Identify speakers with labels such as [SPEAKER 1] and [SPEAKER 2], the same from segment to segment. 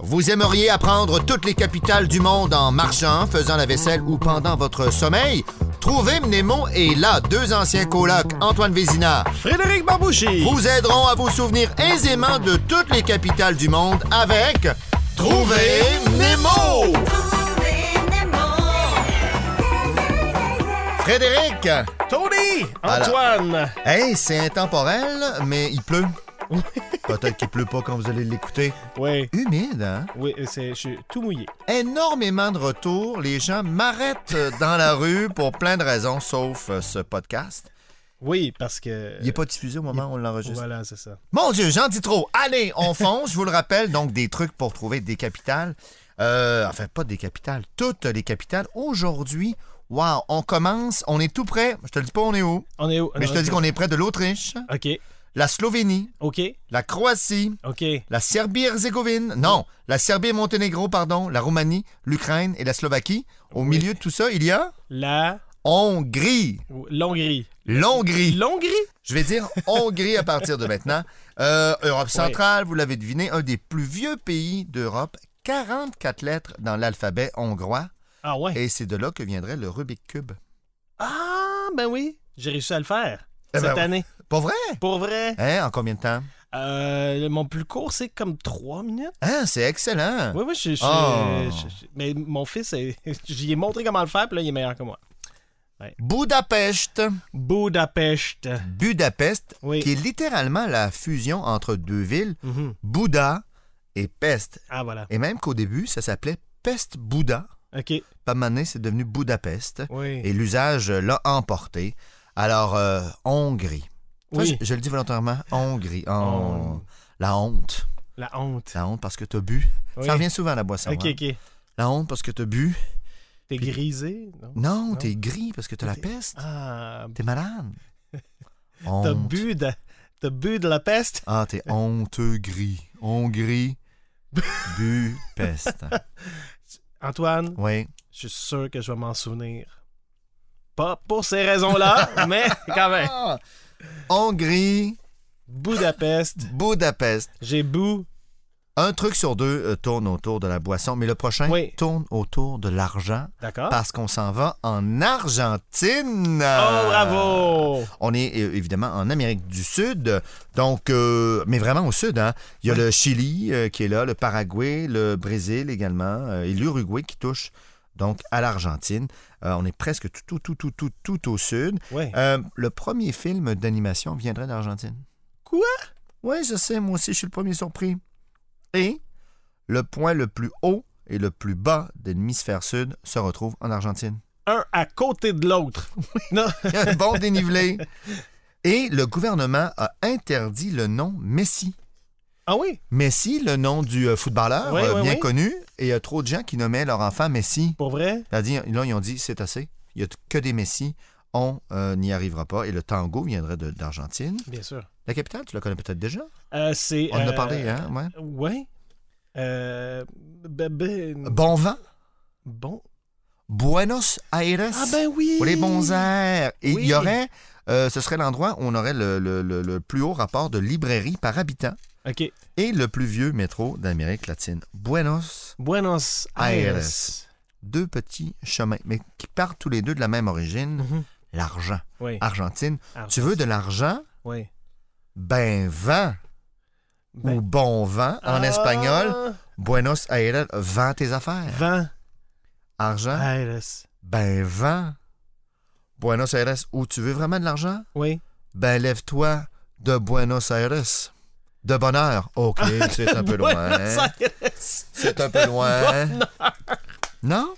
[SPEAKER 1] Vous aimeriez apprendre toutes les capitales du monde en marchant, faisant la vaisselle ou pendant votre sommeil? Trouvez Mnemo et là, deux anciens colocs, Antoine Vézina,
[SPEAKER 2] Frédéric Barbouchi.
[SPEAKER 1] vous aideront à vous souvenir aisément de toutes les capitales du monde avec Trouvez Nemo! Frédéric!
[SPEAKER 2] Tony.
[SPEAKER 1] Voilà.
[SPEAKER 2] Antoine.
[SPEAKER 1] Hey, c'est intemporel, mais il pleut. Peut-être qu'il pleut pas quand vous allez l'écouter.
[SPEAKER 2] Oui.
[SPEAKER 1] Humide, hein?
[SPEAKER 2] Oui, euh, c'est, je suis tout mouillé.
[SPEAKER 1] énormément de retours. Les gens m'arrêtent euh, dans la rue pour plein de raisons, sauf euh, ce podcast.
[SPEAKER 2] Oui, parce que.
[SPEAKER 1] Il n'est pas diffusé au moment où on l'enregistre.
[SPEAKER 2] Voilà, c'est ça.
[SPEAKER 1] Mon Dieu, j'en dis trop. Allez, on fonce. Je vous le rappelle, donc des trucs pour trouver des capitales. Euh, enfin, pas des capitales, toutes les capitales. Aujourd'hui, wow, on commence, on est tout près. Je te le dis pas, on est où?
[SPEAKER 2] On est où?
[SPEAKER 1] Mais je te dis qu'on est près de l'Autriche,
[SPEAKER 2] OK.
[SPEAKER 1] la Slovénie,
[SPEAKER 2] OK.
[SPEAKER 1] la Croatie,
[SPEAKER 2] OK.
[SPEAKER 1] la Serbie-Herzégovine, non, la Serbie-Monténégro, pardon, la Roumanie, l'Ukraine et la Slovaquie. Au
[SPEAKER 2] Oui.
[SPEAKER 1] milieu de tout ça, il y a
[SPEAKER 2] La.
[SPEAKER 1] Hongrie.
[SPEAKER 2] L'Hongrie.
[SPEAKER 1] L'Hongrie.
[SPEAKER 2] L'Hongrie?
[SPEAKER 1] Je vais dire Hongrie à partir de maintenant. Euh, Europe centrale, vous l'avez deviné, un des plus vieux pays d'Europe. 44 lettres dans l'alphabet hongrois.
[SPEAKER 2] Ah ouais.
[SPEAKER 1] Et c'est de là que viendrait le Rubik Cube.
[SPEAKER 2] Ah, ben oui. J'ai réussi à le faire.
[SPEAKER 1] Eh ben
[SPEAKER 2] Cette
[SPEAKER 1] oui.
[SPEAKER 2] année.
[SPEAKER 1] Pas vrai?
[SPEAKER 2] Pour vrai.
[SPEAKER 1] Hein, en combien de temps?
[SPEAKER 2] Euh, le- mon plus court, c'est comme 3 minutes.
[SPEAKER 1] Hein, c'est excellent.
[SPEAKER 2] Oui, oui, je suis.
[SPEAKER 1] Oh.
[SPEAKER 2] Mais mon fils, est- j'y ai montré comment le faire, puis là, il est meilleur que moi.
[SPEAKER 1] Budapest.
[SPEAKER 2] Budapest.
[SPEAKER 1] Budapest,
[SPEAKER 2] Oui.
[SPEAKER 1] qui est littéralement la fusion entre deux villes,
[SPEAKER 2] Mhm.
[SPEAKER 1] Bouddha et Pest.
[SPEAKER 2] Ah, voilà.
[SPEAKER 1] Et même qu'au début, ça s'appelait Pest-Bouddha.
[SPEAKER 2] OK.
[SPEAKER 1] Pas mané, c'est devenu Budapest.
[SPEAKER 2] Oui.
[SPEAKER 1] et l'usage euh, l'a emporté. Alors, euh, Hongrie. Ça,
[SPEAKER 2] Oui.
[SPEAKER 1] je, je le dis volontairement, Hongrie. Oh,
[SPEAKER 2] Hon-
[SPEAKER 1] La honte.
[SPEAKER 2] La honte.
[SPEAKER 1] La honte parce que t'as bu.
[SPEAKER 2] Oui.
[SPEAKER 1] Ça revient souvent, la boisson.
[SPEAKER 2] OK,
[SPEAKER 1] hein.
[SPEAKER 2] OK.
[SPEAKER 1] La honte parce que t'as bu.
[SPEAKER 2] T'es
[SPEAKER 1] Puis-
[SPEAKER 2] grisé? Non.
[SPEAKER 1] Non, t'es gris parce que t'as la
[SPEAKER 2] T'es-
[SPEAKER 1] peste.
[SPEAKER 2] Ah,
[SPEAKER 1] T'es malade.
[SPEAKER 2] t'as
[SPEAKER 1] Honte.
[SPEAKER 2] bu de... T'as bu de la peste?
[SPEAKER 1] Ah, t'es honteux gris. Hongrie. bu. Peste.
[SPEAKER 2] Antoine,
[SPEAKER 1] Oui.
[SPEAKER 2] je suis sûr que je vais m'en souvenir. Pas pour ces raisons-là, mais quand même.
[SPEAKER 1] Ah! Hongrie.
[SPEAKER 2] Budapest,
[SPEAKER 1] Budapest.
[SPEAKER 2] j'ai bou.
[SPEAKER 1] Un truc sur deux euh, tourne autour de la boisson, mais le prochain
[SPEAKER 2] Oui.
[SPEAKER 1] tourne autour de l'argent.
[SPEAKER 2] D'accord?
[SPEAKER 1] Ah. parce qu'on s'en va en Argentine.
[SPEAKER 2] Oh, bravo!
[SPEAKER 1] On est euh, évidemment en Amérique du Sud, donc euh, mais vraiment au sud. hein. Il y a le Chili euh, qui est là, le Paraguay, le Brésil également, euh, et l'Uruguay qui touche donc à l'Argentine. Euh, on est presque tout, tout, tout, tout, tout, tout au sud.
[SPEAKER 2] Ouais.
[SPEAKER 1] Euh, le premier film d'animation viendrait d'Argentine.
[SPEAKER 2] Quoi?
[SPEAKER 1] Oui, je sais, moi aussi, je suis le premier surpris. Et le point le plus haut et le plus bas de l'hémisphère sud se retrouve en Argentine.
[SPEAKER 2] Un à côté de l'autre. Non.
[SPEAKER 1] Il y a un bon dénivelé. Et le gouvernement a interdit le nom Messi.
[SPEAKER 2] Ah oui?
[SPEAKER 1] Messi, le nom du euh, footballeur
[SPEAKER 2] Oui,
[SPEAKER 1] euh,
[SPEAKER 2] oui,
[SPEAKER 1] bien
[SPEAKER 2] oui.
[SPEAKER 1] connu, et il y a trop de gens qui nommaient leur enfant Messi.
[SPEAKER 2] Pour vrai?
[SPEAKER 1] C'est-à-dire, là, ils ont dit, c'est assez, il n'y a que des Messi, on euh, n'y arrivera pas. Et le tango viendrait de- d'Argentine.
[SPEAKER 2] Bien sûr.
[SPEAKER 1] La capitale, tu la connais peut-être déjà?
[SPEAKER 2] Euh, c'est.
[SPEAKER 1] On en a
[SPEAKER 2] euh,
[SPEAKER 1] parlé, hein? ouais.
[SPEAKER 2] Ouais. Euh, ben, ben-
[SPEAKER 1] euh, Bon vent,
[SPEAKER 2] bon.
[SPEAKER 1] Buenos Aires.
[SPEAKER 2] Ah ben oui.
[SPEAKER 1] Pour les bons airs. Et il
[SPEAKER 2] Oui.
[SPEAKER 1] y aurait, euh, ce serait l'endroit où on aurait le- le- le- le plus haut rapport de librairie par habitant.
[SPEAKER 2] Ok.
[SPEAKER 1] et le plus vieux métro d'Amérique latine. Buenos,
[SPEAKER 2] Buenos
[SPEAKER 1] Aires.
[SPEAKER 2] Aires.
[SPEAKER 1] deux petits chemins, mais qui partent tous les deux de la même origine,
[SPEAKER 2] Mhm.
[SPEAKER 1] l'argent.
[SPEAKER 2] Oui.
[SPEAKER 1] Argentine,
[SPEAKER 2] Argent.
[SPEAKER 1] Ah, tu veux de l'argent?
[SPEAKER 2] Oui.
[SPEAKER 1] Ben vent
[SPEAKER 2] Ben-
[SPEAKER 1] ou bon vent en
[SPEAKER 2] Ah,
[SPEAKER 1] espagnol. Buenos Aires, vend tes affaires.
[SPEAKER 2] Vent
[SPEAKER 1] Argent,
[SPEAKER 2] Aires.
[SPEAKER 1] ben vent. Buenos Aires, où tu veux vraiment de l'argent?
[SPEAKER 2] Oui.
[SPEAKER 1] Ben lève-toi de Buenos Aires. De bonheur. OK, c'est un peu loin.
[SPEAKER 2] Ah, Buenos Aires.
[SPEAKER 1] C'est un peu loin. Non?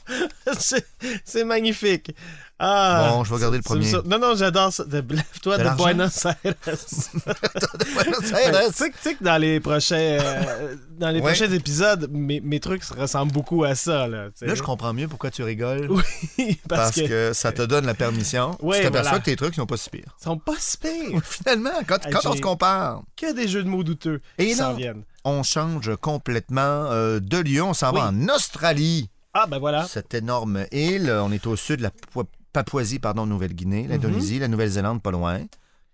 [SPEAKER 2] C'est c'est magnifique. Ah,
[SPEAKER 1] Bon, je vais garder le
[SPEAKER 2] ça me
[SPEAKER 1] premier.
[SPEAKER 2] sort- Non, non, j'adore ça. De- Lève-toi
[SPEAKER 1] De
[SPEAKER 2] de,
[SPEAKER 1] l'argent? Eh
[SPEAKER 2] Buenos Aires. Ben,
[SPEAKER 1] Buenos
[SPEAKER 2] tu sais que- tu sais que dans les prochains, euh, dans les
[SPEAKER 1] Ouais.
[SPEAKER 2] prochains épisodes, mes, mes trucs se ressemblent beaucoup à ça. Là, tu sais.
[SPEAKER 1] Là, je comprends mieux pourquoi tu rigoles.
[SPEAKER 2] Oui,
[SPEAKER 1] parce
[SPEAKER 2] parce,
[SPEAKER 1] que...
[SPEAKER 2] que...
[SPEAKER 1] ça te donne la permission.
[SPEAKER 2] Ouais,
[SPEAKER 1] tu t'aperçois
[SPEAKER 2] voilà.
[SPEAKER 1] que tes trucs sont pas si pires.
[SPEAKER 2] Ils sont pas si pires.
[SPEAKER 1] Finalement, quand,
[SPEAKER 2] Hey,
[SPEAKER 1] quand on
[SPEAKER 2] j'ai-
[SPEAKER 1] se compare,
[SPEAKER 2] Que des jeux de mots douteux
[SPEAKER 1] Et
[SPEAKER 2] qui s'en
[SPEAKER 1] non.
[SPEAKER 2] viennent.
[SPEAKER 1] on change complètement euh, de lieu. On s'en
[SPEAKER 2] Oui.
[SPEAKER 1] va en Australie,
[SPEAKER 2] Ah, ben voilà.
[SPEAKER 1] cette énorme île. On est au sud de la Papou- Papouasie, pardon, Nouvelle-Guinée, l'Indonésie, la Nouvelle-Zélande, pas loin.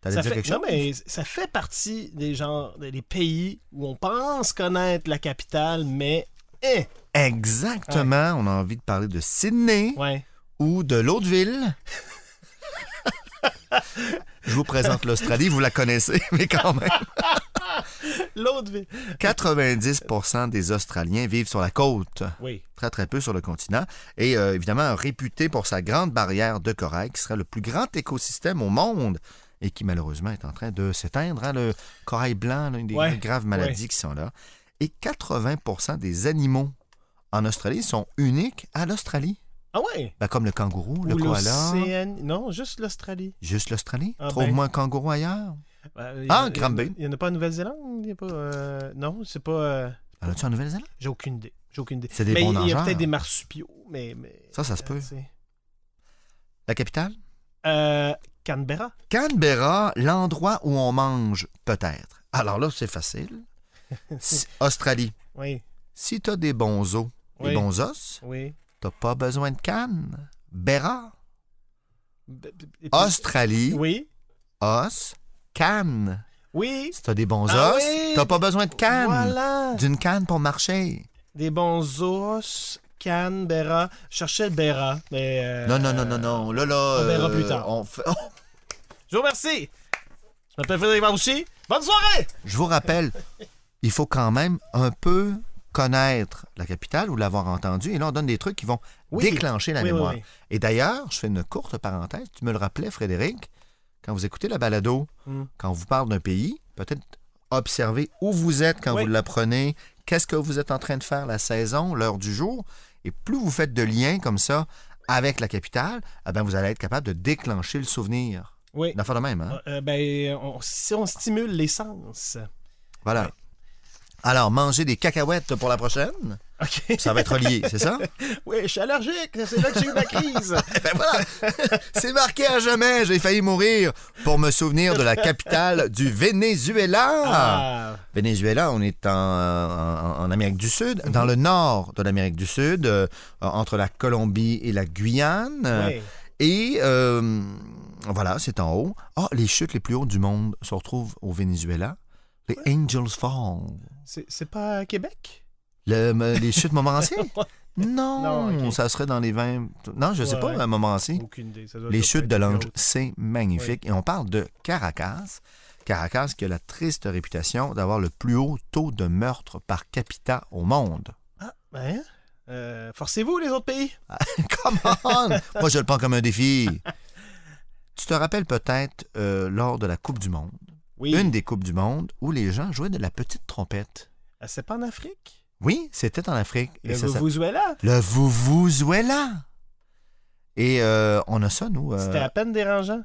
[SPEAKER 1] T'allais dire
[SPEAKER 2] Mhm. Ça fait,
[SPEAKER 1] quelque chose?
[SPEAKER 2] non, mais ça fait partie des genres, des des pays où on pense connaître la capitale, mais Eh,
[SPEAKER 1] Exactement. On a envie de parler de Sydney
[SPEAKER 2] ouais.
[SPEAKER 1] ou de l'autre ville. Je vous présente l'Australie, vous la connaissez, mais quand même.
[SPEAKER 2] L'autre ville.
[SPEAKER 1] 90 des Australiens vivent sur la côte,
[SPEAKER 2] Oui.
[SPEAKER 1] très très peu sur le continent, et euh, évidemment réputé pour sa grande barrière de corail, qui serait le plus grand écosystème au monde et qui malheureusement est en train de s'éteindre. hein, le corail blanc, là, une des
[SPEAKER 2] Ouais,
[SPEAKER 1] graves maladies qui sont là. Et 80 des animaux en Australie sont uniques à l'Australie.
[SPEAKER 2] Ah ouais.
[SPEAKER 1] Ben, comme le kangourou, le
[SPEAKER 2] Ou
[SPEAKER 1] koala.
[SPEAKER 2] l'Océanie- Non, juste l'Australie.
[SPEAKER 1] Juste l'Australie.
[SPEAKER 2] Ah ben.
[SPEAKER 1] Trouve-moi un kangourou ailleurs.
[SPEAKER 2] Euh, il y
[SPEAKER 1] Ah,
[SPEAKER 2] en a-
[SPEAKER 1] Granby.
[SPEAKER 2] Il n'y en a pas en Nouvelle-Zélande? Il y a pas, euh, Non, c'est pas... euh,
[SPEAKER 1] En as-tu en Nouvelle-Zélande?
[SPEAKER 2] J'ai aucune idée. J'ai aucune idée.
[SPEAKER 1] C'est des
[SPEAKER 2] mais
[SPEAKER 1] bons
[SPEAKER 2] Ben, il- il y a
[SPEAKER 1] nageurs.
[SPEAKER 2] peut-être des marsupiaux, mais... mais-
[SPEAKER 1] Ça, ça se peut.
[SPEAKER 2] euh, c'est-
[SPEAKER 1] La capitale?
[SPEAKER 2] Euh, Canberra.
[SPEAKER 1] Canberra, l'endroit où on mange, peut-être. Alors là, c'est facile. Si- Australie,
[SPEAKER 2] Oui,
[SPEAKER 1] si t'as des bons os,
[SPEAKER 2] Oui.
[SPEAKER 1] des bons os,
[SPEAKER 2] oui.
[SPEAKER 1] t'as pas besoin de canne. Berra.
[SPEAKER 2] B- b- et puis-
[SPEAKER 1] Australie,
[SPEAKER 2] Oui.
[SPEAKER 1] os, canne.
[SPEAKER 2] Oui.
[SPEAKER 1] Si t'as des bons
[SPEAKER 2] Ah
[SPEAKER 1] os,
[SPEAKER 2] oui!
[SPEAKER 1] t'as pas besoin de canne.
[SPEAKER 2] Voilà.
[SPEAKER 1] D'une canne pour marcher.
[SPEAKER 2] Des bons os, Canberra. Je cherchais Berra, mais... euh,
[SPEAKER 1] Non, non, non, non, non. Là, là.
[SPEAKER 2] on verra plus tard.
[SPEAKER 1] on fait- oh,
[SPEAKER 2] Je vous remercie. Je m'appelle Frédéric Barbouchi. Bonne soirée!
[SPEAKER 1] Je vous rappelle, il faut quand même un peu connaître la capitale ou l'avoir entendue. Et là, on donne des trucs qui vont
[SPEAKER 2] Oui.
[SPEAKER 1] déclencher la
[SPEAKER 2] Oui, oui,
[SPEAKER 1] mémoire.
[SPEAKER 2] oui.
[SPEAKER 1] Et d'ailleurs, je fais une courte parenthèse. Tu me le rappelais, Frédéric, quand vous écoutez la balado,
[SPEAKER 2] Mm.
[SPEAKER 1] quand on vous parle d'un pays, peut-être observer où vous êtes quand
[SPEAKER 2] Oui.
[SPEAKER 1] vous l'apprenez, qu'est-ce que vous êtes en train de faire la saison, l'heure du jour. Et plus vous faites de liens comme ça avec la capitale, eh ben, vous allez être capable de déclencher le souvenir.
[SPEAKER 2] Oui.
[SPEAKER 1] Une affaire de même, hein?
[SPEAKER 2] Euh, ben, on- si on stimule les sens.
[SPEAKER 1] Voilà. Alors, manger des cacahuètes pour la prochaine,
[SPEAKER 2] OK.
[SPEAKER 1] ça va être relié, c'est ça?
[SPEAKER 2] Oui, je suis allergique. C'est là que j'ai eu ma crise.
[SPEAKER 1] Eh ben voilà. C'est marqué à jamais, j'ai failli mourir pour me souvenir de la capitale du Venezuela.
[SPEAKER 2] Ah.
[SPEAKER 1] Venezuela, on est en, en- en Amérique du Sud,
[SPEAKER 2] Mhm.
[SPEAKER 1] dans le nord de l'Amérique du Sud, euh, entre la Colombie et la Guyane.
[SPEAKER 2] Oui.
[SPEAKER 1] Et euh, voilà, c'est en haut. Ah, les chutes les plus hautes du monde se retrouvent au Venezuela. Les Angels Fall.
[SPEAKER 2] C'est c'est pas à Québec?
[SPEAKER 1] Le- me- les chutes Montmorency? Non,
[SPEAKER 2] Non, ok.
[SPEAKER 1] ça serait dans les 20... Non, je sais
[SPEAKER 2] Ouais,
[SPEAKER 1] pas,
[SPEAKER 2] ouais.
[SPEAKER 1] à Montmorency.
[SPEAKER 2] Aucune idée. ça doit
[SPEAKER 1] Hein? Les
[SPEAKER 2] être
[SPEAKER 1] chutes
[SPEAKER 2] peut-être
[SPEAKER 1] de l'ange,
[SPEAKER 2] autre.
[SPEAKER 1] c'est magnifique. Et on parle de Caracas. Caracas qui a la triste réputation d'avoir le plus haut taux de meurtre par capita au monde.
[SPEAKER 2] Ah, ben, euh, forcez-vous les autres pays.
[SPEAKER 1] Come on! Moi, je le prends comme un défi. Tu te rappelles peut-être euh, lors de la Coupe du Monde,
[SPEAKER 2] Oui.
[SPEAKER 1] une des Coupes du Monde, où les gens jouaient de la petite trompette.
[SPEAKER 2] Ah, C'est pas en Afrique?
[SPEAKER 1] Oui, c'était en Afrique. Et
[SPEAKER 2] Le
[SPEAKER 1] ça s'appelle-
[SPEAKER 2] Venezuela?
[SPEAKER 1] Le Vuvuzuela. Et euh, on a ça, nous. euh,
[SPEAKER 2] C'était à peine dérangeant.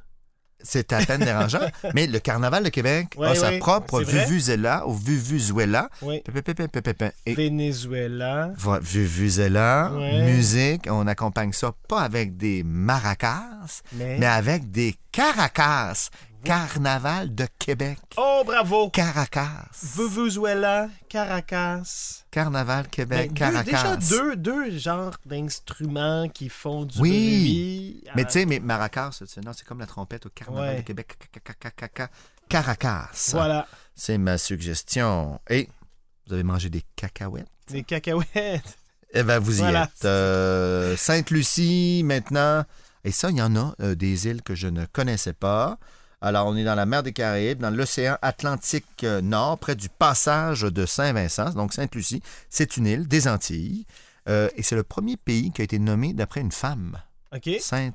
[SPEAKER 1] c'est à peine dérangeant. mais le Carnaval de Québec
[SPEAKER 2] Ouais,
[SPEAKER 1] a sa
[SPEAKER 2] ouais,
[SPEAKER 1] propre
[SPEAKER 2] c'est vrai.
[SPEAKER 1] Vuvuzela ou Vuvuzuela.
[SPEAKER 2] Oui.
[SPEAKER 1] Pe- pe- pe- pe- pe- pe- Et
[SPEAKER 2] Venezuela.
[SPEAKER 1] voilà, Vuvuzela,
[SPEAKER 2] Ouais.
[SPEAKER 1] musique. On accompagne ça pas avec des maracas,
[SPEAKER 2] Mais...
[SPEAKER 1] mais avec des caracas. Carnaval de Québec.
[SPEAKER 2] Oh, bravo!
[SPEAKER 1] Caracas.
[SPEAKER 2] Venezuela, Caracas.
[SPEAKER 1] Carnaval
[SPEAKER 2] Ben,
[SPEAKER 1] Québec,
[SPEAKER 2] deux-
[SPEAKER 1] Caracas.
[SPEAKER 2] déjà deux, deux genres d'instruments qui font du
[SPEAKER 1] Oui.
[SPEAKER 2] bruit.
[SPEAKER 1] Mais
[SPEAKER 2] Ah,
[SPEAKER 1] tu sais, mais Maracas, c'est- non, c'est comme la trompette au Carnaval
[SPEAKER 2] Ouais.
[SPEAKER 1] de Québec. ca- ca- ca- ca- ca- Caracas.
[SPEAKER 2] Voilà,
[SPEAKER 1] C'est ma suggestion. Et vous avez mangé des cacahuètes?
[SPEAKER 2] des cacahuètes.
[SPEAKER 1] Eh bien, vous y
[SPEAKER 2] Voilà.
[SPEAKER 1] êtes. Euh, Sainte-Lucie, maintenant. Et ça, il y en a euh, des îles que je ne connaissais pas. Alors, on est dans la mer des Caraïbes, dans l'océan Atlantique euh, Nord, près du passage de Saint-Vincent. Donc, Sainte-Lucie, c'est une île des Antilles. Euh, et c'est le premier pays qui a été nommé d'après une femme,
[SPEAKER 2] OK?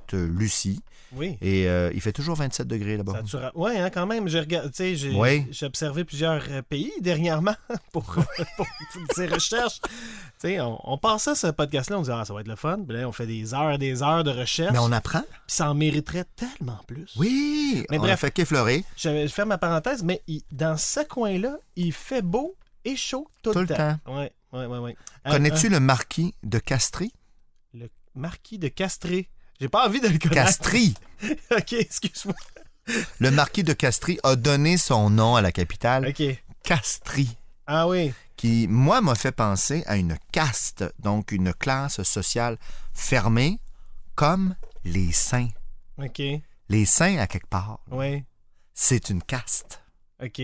[SPEAKER 1] Sainte-Lucie.
[SPEAKER 2] Oui.
[SPEAKER 1] Et euh, il fait toujours 27 degrés là-bas.
[SPEAKER 2] Ça te ra- Ouais, hein, quand même, j'ai regard- tu sais, j'ai
[SPEAKER 1] Ouais.
[SPEAKER 2] j'ai observé plusieurs euh, pays dernièrement pour, pour ces recherches. Tu sais, on, on pensait à ce podcast-là, on disait ah, ça va être le fun, puis là on fait des heures, des heures de recherche,
[SPEAKER 1] Mais on apprend.
[SPEAKER 2] puis ça en mériterait tellement plus.
[SPEAKER 1] Oui,
[SPEAKER 2] Mais
[SPEAKER 1] on
[SPEAKER 2] bref.
[SPEAKER 1] a fait qu'effleurer.
[SPEAKER 2] Je, je ferme ma parenthèse, mais il- dans ce coin-là, il fait beau et chaud tout,
[SPEAKER 1] Tout
[SPEAKER 2] le
[SPEAKER 1] le
[SPEAKER 2] temps. Ouais, ouais, ouais, ouais. Euh,
[SPEAKER 1] Connais-tu le marquis de Castries?
[SPEAKER 2] euh, le marquis de Castré J'ai pas envie de le connaître.
[SPEAKER 1] Castries!
[SPEAKER 2] ok, excuse-moi.
[SPEAKER 1] Le marquis de Castries a donné son nom à la capitale,
[SPEAKER 2] Ok.
[SPEAKER 1] Castries,
[SPEAKER 2] Ah oui.
[SPEAKER 1] qui, moi, m'a fait penser à une caste, donc une classe sociale fermée, comme les saints.
[SPEAKER 2] Ok.
[SPEAKER 1] Les saints, à quelque part,
[SPEAKER 2] Ouais.
[SPEAKER 1] c'est une caste.
[SPEAKER 2] Ok.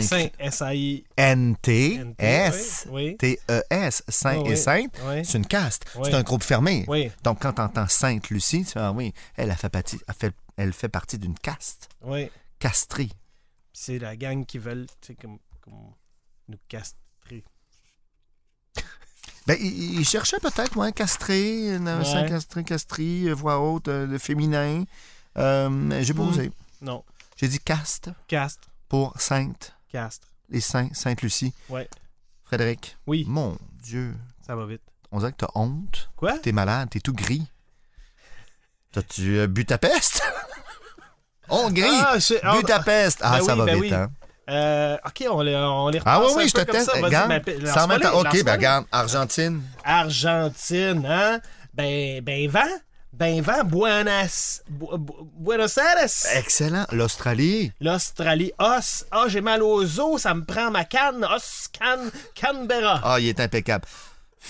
[SPEAKER 1] Saint-
[SPEAKER 2] saints, S-A-I.
[SPEAKER 1] E
[SPEAKER 2] NT,
[SPEAKER 1] N-T-S.
[SPEAKER 2] oui, oui.
[SPEAKER 1] T-E-S, E Saint
[SPEAKER 2] Oui,
[SPEAKER 1] et
[SPEAKER 2] oui,
[SPEAKER 1] Sainte,
[SPEAKER 2] oui.
[SPEAKER 1] c'est une caste,
[SPEAKER 2] Oui.
[SPEAKER 1] c'est un groupe fermé.
[SPEAKER 2] Oui,
[SPEAKER 1] Donc, quand tu entends Sainte Lucie, tu fais Ah oui, elle, a fait partie, elle, fait, elle fait partie d'une caste,
[SPEAKER 2] oui.
[SPEAKER 1] castrée.
[SPEAKER 2] Puis C'est la gang qui veulent, tu sais, comme, comme nous castrer.
[SPEAKER 1] Ben, il, il cherchait peut-être, ouais, castré, une-
[SPEAKER 2] Ouais.
[SPEAKER 1] Saint castré, castré, voix haute, euh, le féminin. Euh, J'ai pas
[SPEAKER 2] Mm.
[SPEAKER 1] osé.
[SPEAKER 2] Non,
[SPEAKER 1] J'ai dit caste
[SPEAKER 2] castre,
[SPEAKER 1] pour Sainte,
[SPEAKER 2] castre.
[SPEAKER 1] les saints, Sainte Lucie.
[SPEAKER 2] Ouais.
[SPEAKER 1] Frédéric,
[SPEAKER 2] Oui,
[SPEAKER 1] mon Dieu,
[SPEAKER 2] ça va vite.
[SPEAKER 1] on dirait que t'as honte,
[SPEAKER 2] Quoi?
[SPEAKER 1] t'es malade, t'es tout gris. T'as-tu euh, Budapest? Hongrie!
[SPEAKER 2] Ah, je- ah,
[SPEAKER 1] Budapest! Ah,
[SPEAKER 2] ben
[SPEAKER 1] ça
[SPEAKER 2] oui,
[SPEAKER 1] va
[SPEAKER 2] ben
[SPEAKER 1] vite,
[SPEAKER 2] oui.
[SPEAKER 1] hein?
[SPEAKER 2] euh, OK, on les, on les
[SPEAKER 1] Ah oui,
[SPEAKER 2] repasse un
[SPEAKER 1] oui, je
[SPEAKER 2] peu
[SPEAKER 1] te
[SPEAKER 2] comme
[SPEAKER 1] teste.
[SPEAKER 2] ça. Vas-y, ben,
[SPEAKER 1] Regarde,
[SPEAKER 2] mais pe-
[SPEAKER 1] sans
[SPEAKER 2] lance-moi
[SPEAKER 1] mettre-
[SPEAKER 2] les,
[SPEAKER 1] OK,
[SPEAKER 2] lance-moi
[SPEAKER 1] ben
[SPEAKER 2] les.
[SPEAKER 1] regarde, Argentine.
[SPEAKER 2] Argentine, hein? Ben, ben, vent. Ben, vent. Buenas, Bu- Bu- Buenos Aires.
[SPEAKER 1] Excellent. L'Australie.
[SPEAKER 2] L'Australie. Os. Ah, j'ai mal aux os. Ça me prend ma canne. Os, canne, Canberra.
[SPEAKER 1] Ah, il est impeccable.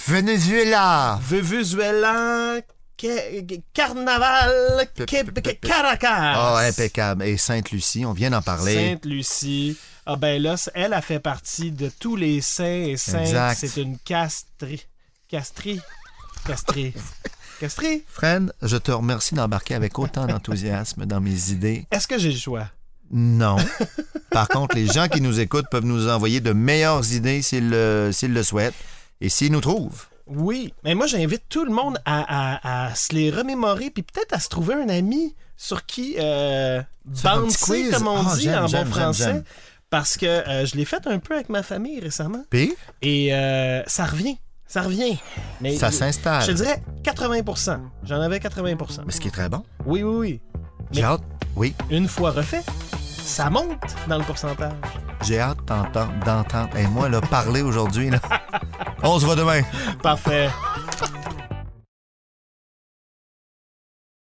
[SPEAKER 1] Venezuela.
[SPEAKER 2] Venezuela. Ca- Carnaval.
[SPEAKER 1] Pe- pe- pe-
[SPEAKER 2] Québec.
[SPEAKER 1] pe-
[SPEAKER 2] Caracas.
[SPEAKER 1] Ah, impeccable. Et Sainte-Lucie, on vient d'en parler.
[SPEAKER 2] Sainte-Lucie. Ah, ben là, c- elle a fait partie de tous les saints et saintes.
[SPEAKER 1] Exact.
[SPEAKER 2] C'est une castrie. Castrie. Castrie. Castrie.
[SPEAKER 1] Fred, je te remercie d'embarquer avec autant d'enthousiasme dans mes idées.
[SPEAKER 2] Est-ce que j'ai le choix?
[SPEAKER 1] Non. Par contre, les gens qui nous écoutent peuvent nous envoyer de meilleures idées s'ils le, s'ils le souhaitent et s'ils nous trouvent.
[SPEAKER 2] Oui, mais moi j'invite tout le monde à, à- à se les remémorer, puis peut-être à se trouver un ami sur qui euh,
[SPEAKER 1] Faire un petit
[SPEAKER 2] bouncer,
[SPEAKER 1] quiz.
[SPEAKER 2] comme on
[SPEAKER 1] Ah,
[SPEAKER 2] dit
[SPEAKER 1] j'aime,
[SPEAKER 2] en
[SPEAKER 1] j'aime,
[SPEAKER 2] bon
[SPEAKER 1] j'aime,
[SPEAKER 2] français.
[SPEAKER 1] j'aime.
[SPEAKER 2] Parce que euh, je l'ai fait un peu avec ma famille récemment,
[SPEAKER 1] Puis,
[SPEAKER 2] et euh, ça revient, ça revient. Mais
[SPEAKER 1] ça
[SPEAKER 2] je te
[SPEAKER 1] s'installe.
[SPEAKER 2] dirais 80%. J'en avais 80%.
[SPEAKER 1] Mais ce qui est très bon.
[SPEAKER 2] Oui, oui, oui.
[SPEAKER 1] J'ai
[SPEAKER 2] Mais-
[SPEAKER 1] hâte. Oui,
[SPEAKER 2] Une fois refait, ça monte dans le pourcentage.
[SPEAKER 1] j'ai hâte d'entendre. d'entendre. Et moi, là, parler aujourd'hui, là. On se voit demain.
[SPEAKER 2] Parfait.